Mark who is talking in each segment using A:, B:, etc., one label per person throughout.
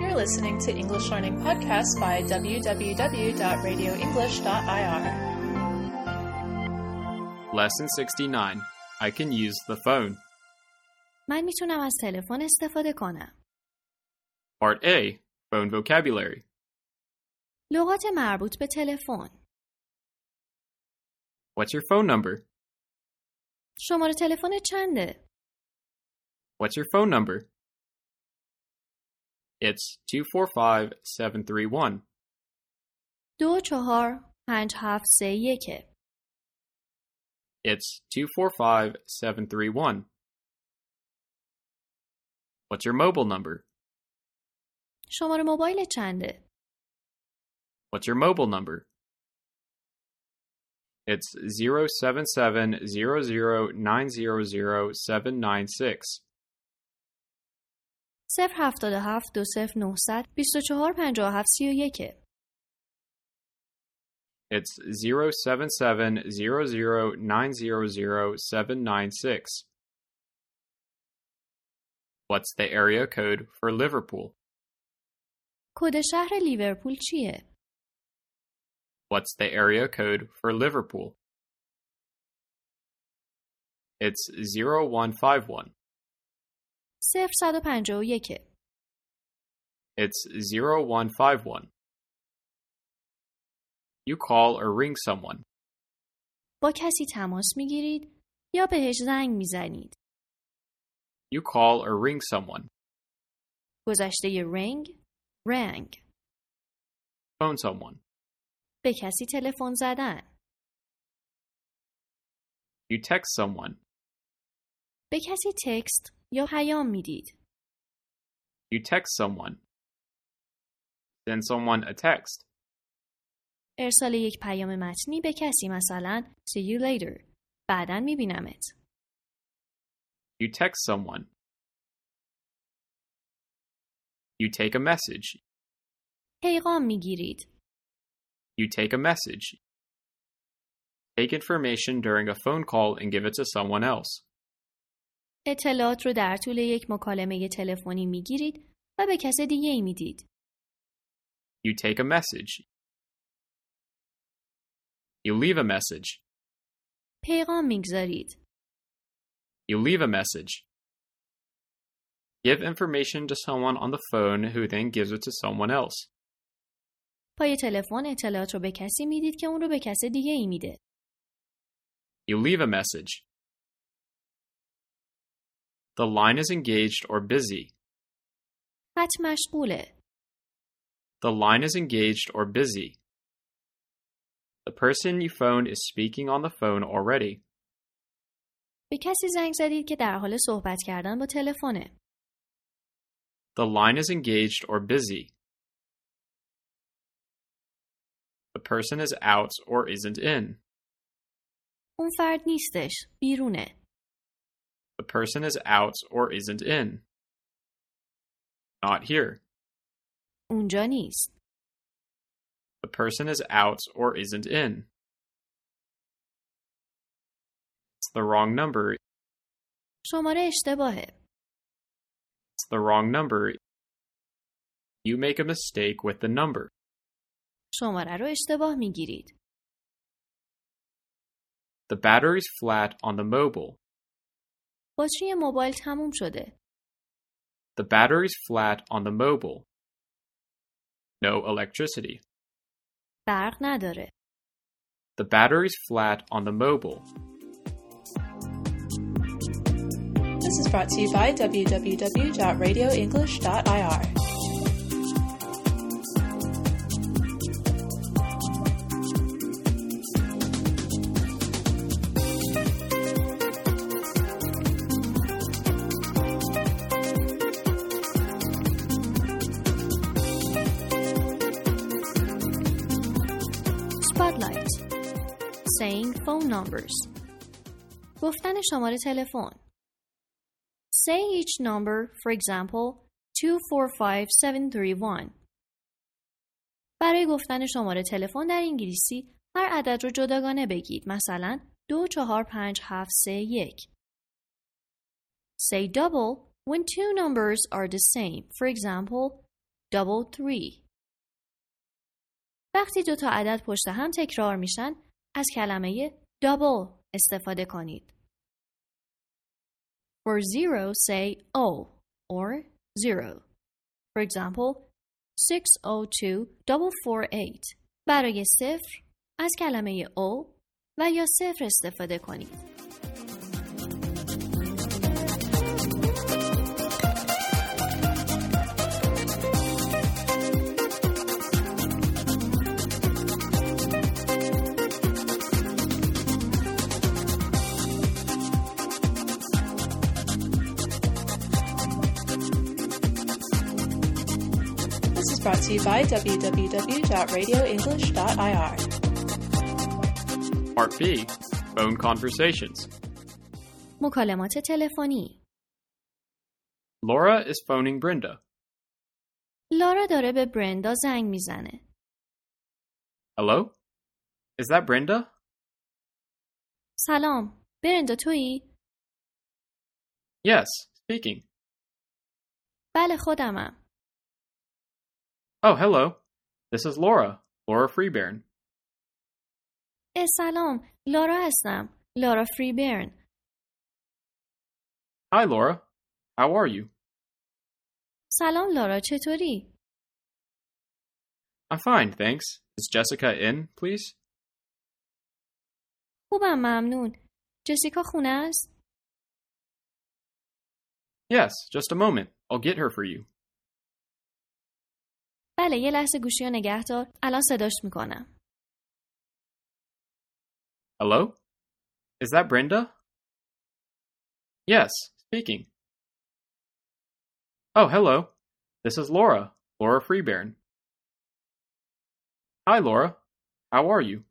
A: You're listening to English Learning Podcast by www.radioenglish.ir.
B: Lesson 69 I can use the phone.
C: من میتونم از تلفن استفاده کنم.
B: Part A Phone Vocabulary.
C: لغات مربوط به تلفن.
B: What's your phone number?
C: شماره تلفن چنده؟
B: What's your phone number? It's 245 731.
C: دو چهار پنج هفت سه یکه.
B: It's 245 731. What's your mobile number?
C: شماره موبایل چنده؟
B: What's your mobile number? It's 077
C: صفر هفتاد و هفت دو صفر نهصد بیست و چهار پنجاه و هفت سی و یکه.
B: It's 07700900796. What's the area code for Liverpool?
C: کد شهر لیورپول چیه؟
B: What's the area code for Liverpool? It's 0151.
C: صفر صد و پنجاه و یکه.
B: It's 0151. You call or ring someone.
C: با کسی تماس میگیرید یا بهش زنگ میزنید.
B: You call or ring someone.
C: گذشته رنگ رنگ
B: Phone someone.
C: به کسی تلفن زدن
B: You text someone.
C: به کسی تکست یا پیام میدید.
B: You text someone. Send someone a text.
C: ارسال یک پیام متنی به کسی مثلا see you later بعدا میبینمت
B: You text someone. You take a message.
C: پیغام میگیرید
B: You take a message. Take information during a phone call and give it to someone else.
C: اطلاعات رو در طول یک مکالمه تلفنی میگیرید و به کس دیگه ای میدید
B: You take a message. You leave a message.
C: پیغام میگذارید
B: You leave a message. Give information to someone on the phone who then gives it to someone else.
C: پای تلفن اطلاعات رو به کسی میدید که اون رو به کس دیگه ای میده
B: You leave a message. The line is engaged or busy.
C: خط مشغوله
B: The line is engaged or busy. The person you phoned is speaking on the phone already.
C: به کسی زنگ زدید که در حال صحبت کردن با تلفنه
B: The line is engaged or busy. The person is out or isn't in.
C: اون فرد نیستش بیرونه
B: The person is out or isn't in. Not here.
C: اونجا نیست
B: The person is out or isn't in. It's the wrong number.
C: شماره اشتباهه
B: It's the wrong number. You make a mistake with the number.
C: شماره رو اشتباه میگیرید
B: The battery's flat on the mobile.
C: باتری موبایل تموم شده
B: The battery's flat on the mobile. No electricity.
C: برق نداره.
B: The battery's flat on the mobile.
A: This is brought to you by www.radioenglish.ir.
C: Spotlight Saying phone numbers گفتن شماره تلفن Say each number, for example, 245731 برای گفتن شماره تلفن در انگلیسی هر عدد رو جداگانه بگید مثلا 245731 Say double when two numbers are the same, for example, double three. وقتی دو تا عدد پشت هم تکرار میشن از کلمه double استفاده کنید. For zero say O or zero. For example, 602-448. برای صفر از کلمه O و یا صفر استفاده کنید.
A: This is brought to you by www.radioenglish.ir.
B: Part B Phone Conversations.
C: مکالمات تلفنی
B: Laura is phoning Brenda.
C: لارا داره به برندا زنگ میزنه.
B: Hello? Is that Brenda?
C: سلام، برندا تویی؟
B: Yes, speaking.
C: بله خودمم.
B: Oh, hello. This is Laura, Laura Freeburn.
C: اه سلام، لارا هستم. لارا فریبرن.
B: Hi, Laura. How are you?
C: سلام لارا چطوری؟
B: I'm fine, thanks. Is Jessica in, please?
C: خوبم ممنون. جسیکا خونه است؟
B: Yes, just a moment. I'll get her for you.
C: بله یه لحظه گوشی رو نگه دار. الان صداش میکنم.
B: Hello? Is that Brenda? Yes, speaking. Oh, hello. This is Laura, Laura Freeburn. Hi, Laura. How are you?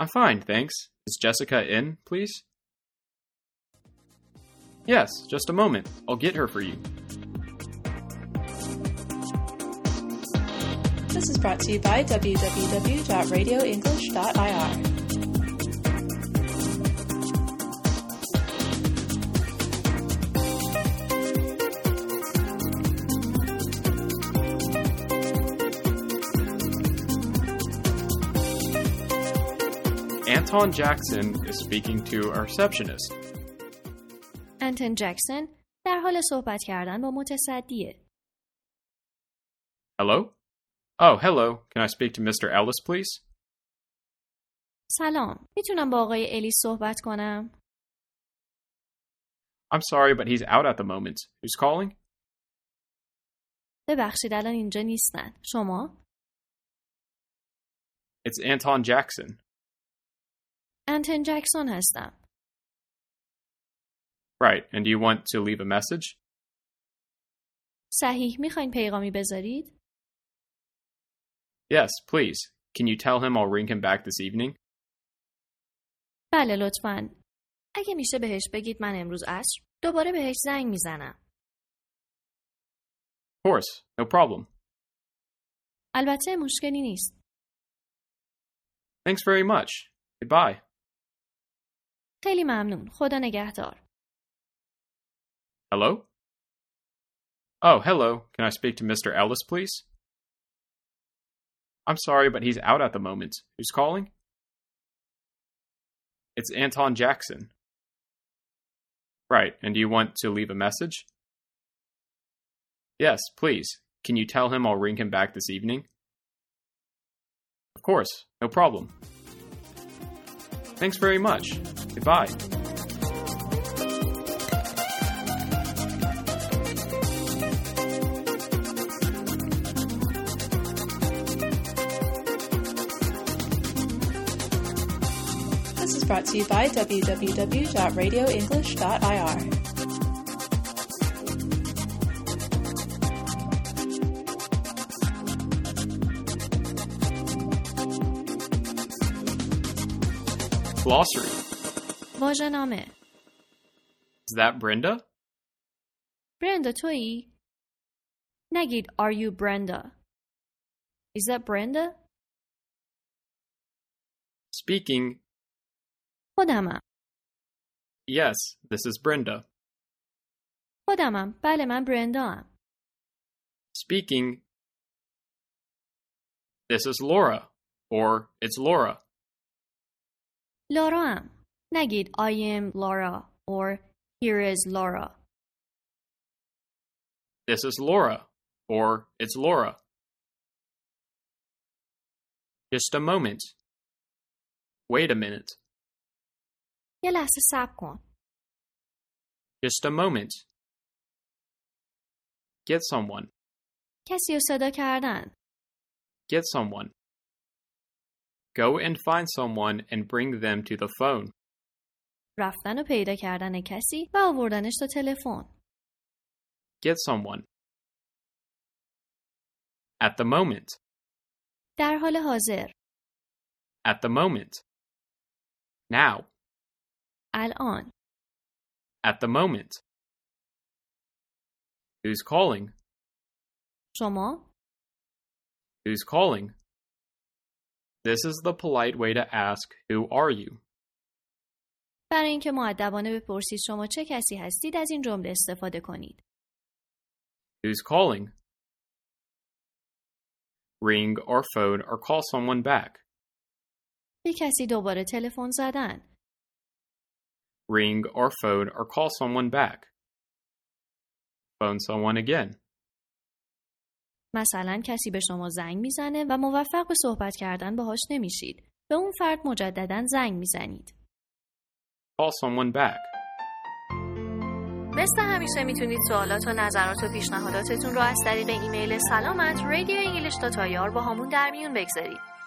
B: I'm fine, thanks. Is Jessica in, please? Yes, just a moment. I'll get her for you.
A: This is brought to you by www.radioenglish.ir.
B: Anton Jackson is speaking to a receptionist.
C: انتن جکسن در حال صحبت کردن با متصدیه.
B: Hello? Oh, hello. Can I speak to Mr. Ellis, please?
C: سلام، میتونم با آقای الیس صحبت کنم؟
B: I'm sorry, but he's out at the moment. Who's calling?
C: ببخشید الان اینجا نیستن. شما؟
B: It's Anton Jackson.
C: انتن جکسون هستم.
B: Right, and do you want to leave a message?
C: صحیح میخواین پیغامی بذارید؟
B: Yes, please. Can you tell him I'll ring him back this evening?
C: بله لطفا. اگه میشه بهش بگید من امروز عصر دوباره بهش زنگ میزنم.
B: Of course, no problem.
C: البته مشکلی نیست.
B: Thanks very much. Goodbye.
C: خیلی ممنون. خدا نگهدار.
B: Hello? Oh, hello. Can I speak to Mr. Ellis, please? I'm sorry, but he's out at the moment. Who's calling? It's Anton Jackson. Right, and do you want to leave a message? Yes, please. Can you tell him I'll ring him back this evening? Of course, no problem. Thanks very much. Goodbye.
A: This is brought to you by www.radioenglish.ir.
B: Glossary.
C: واژه‌نامه.
B: Is that Brenda?
C: برندا تویی؟ نگید are you Brenda? Is that Brenda?
B: Speaking,
C: خودمم.
B: yes, this is Brenda.
C: خودمم. بله من برندا هم.
B: speaking, This is Laura, or It's Laura.
C: لارا ام. نگید I am Laura or Here is Laura.
B: This is Laura, or It's Laura. Just a moment. Wait a minute.
C: یه لحظه صبر کن.
B: Just a moment. Get someone.
C: کسی رو صدا کردن.
B: Get someone. Go and find someone and bring them to the phone.
C: رفتن و پیدا کردن کسی و آوردنش تا تلفن.
B: Get someone. At the moment.
C: در حال حاضر.
B: At the moment. Now.
C: الان.
B: At the moment. Who's calling?
C: شما
B: Who's calling? This is the polite way to ask, Who are you?
C: برای اینکه معدبانه بپرسید شما چه کسی هستید از این جمله استفاده کنید.
B: Who's calling? Ring or phone or call someone back.
C: به کسی دوباره تلفن زدن.
B: Ring or phone or call someone back. Phone someone again.
C: مثلا کسی به شما زنگ میزنه و موفق به صحبت کردن باهاش نمیشید. به اون فرد مجددا زنگ میزنید.
B: Call someone back.
C: مثل همیشه میتونید سوالات و نظرات و پیشنهاداتتون رو از طریق ایمیل سلامت radioenglish.ir با همون در میون بگذارید.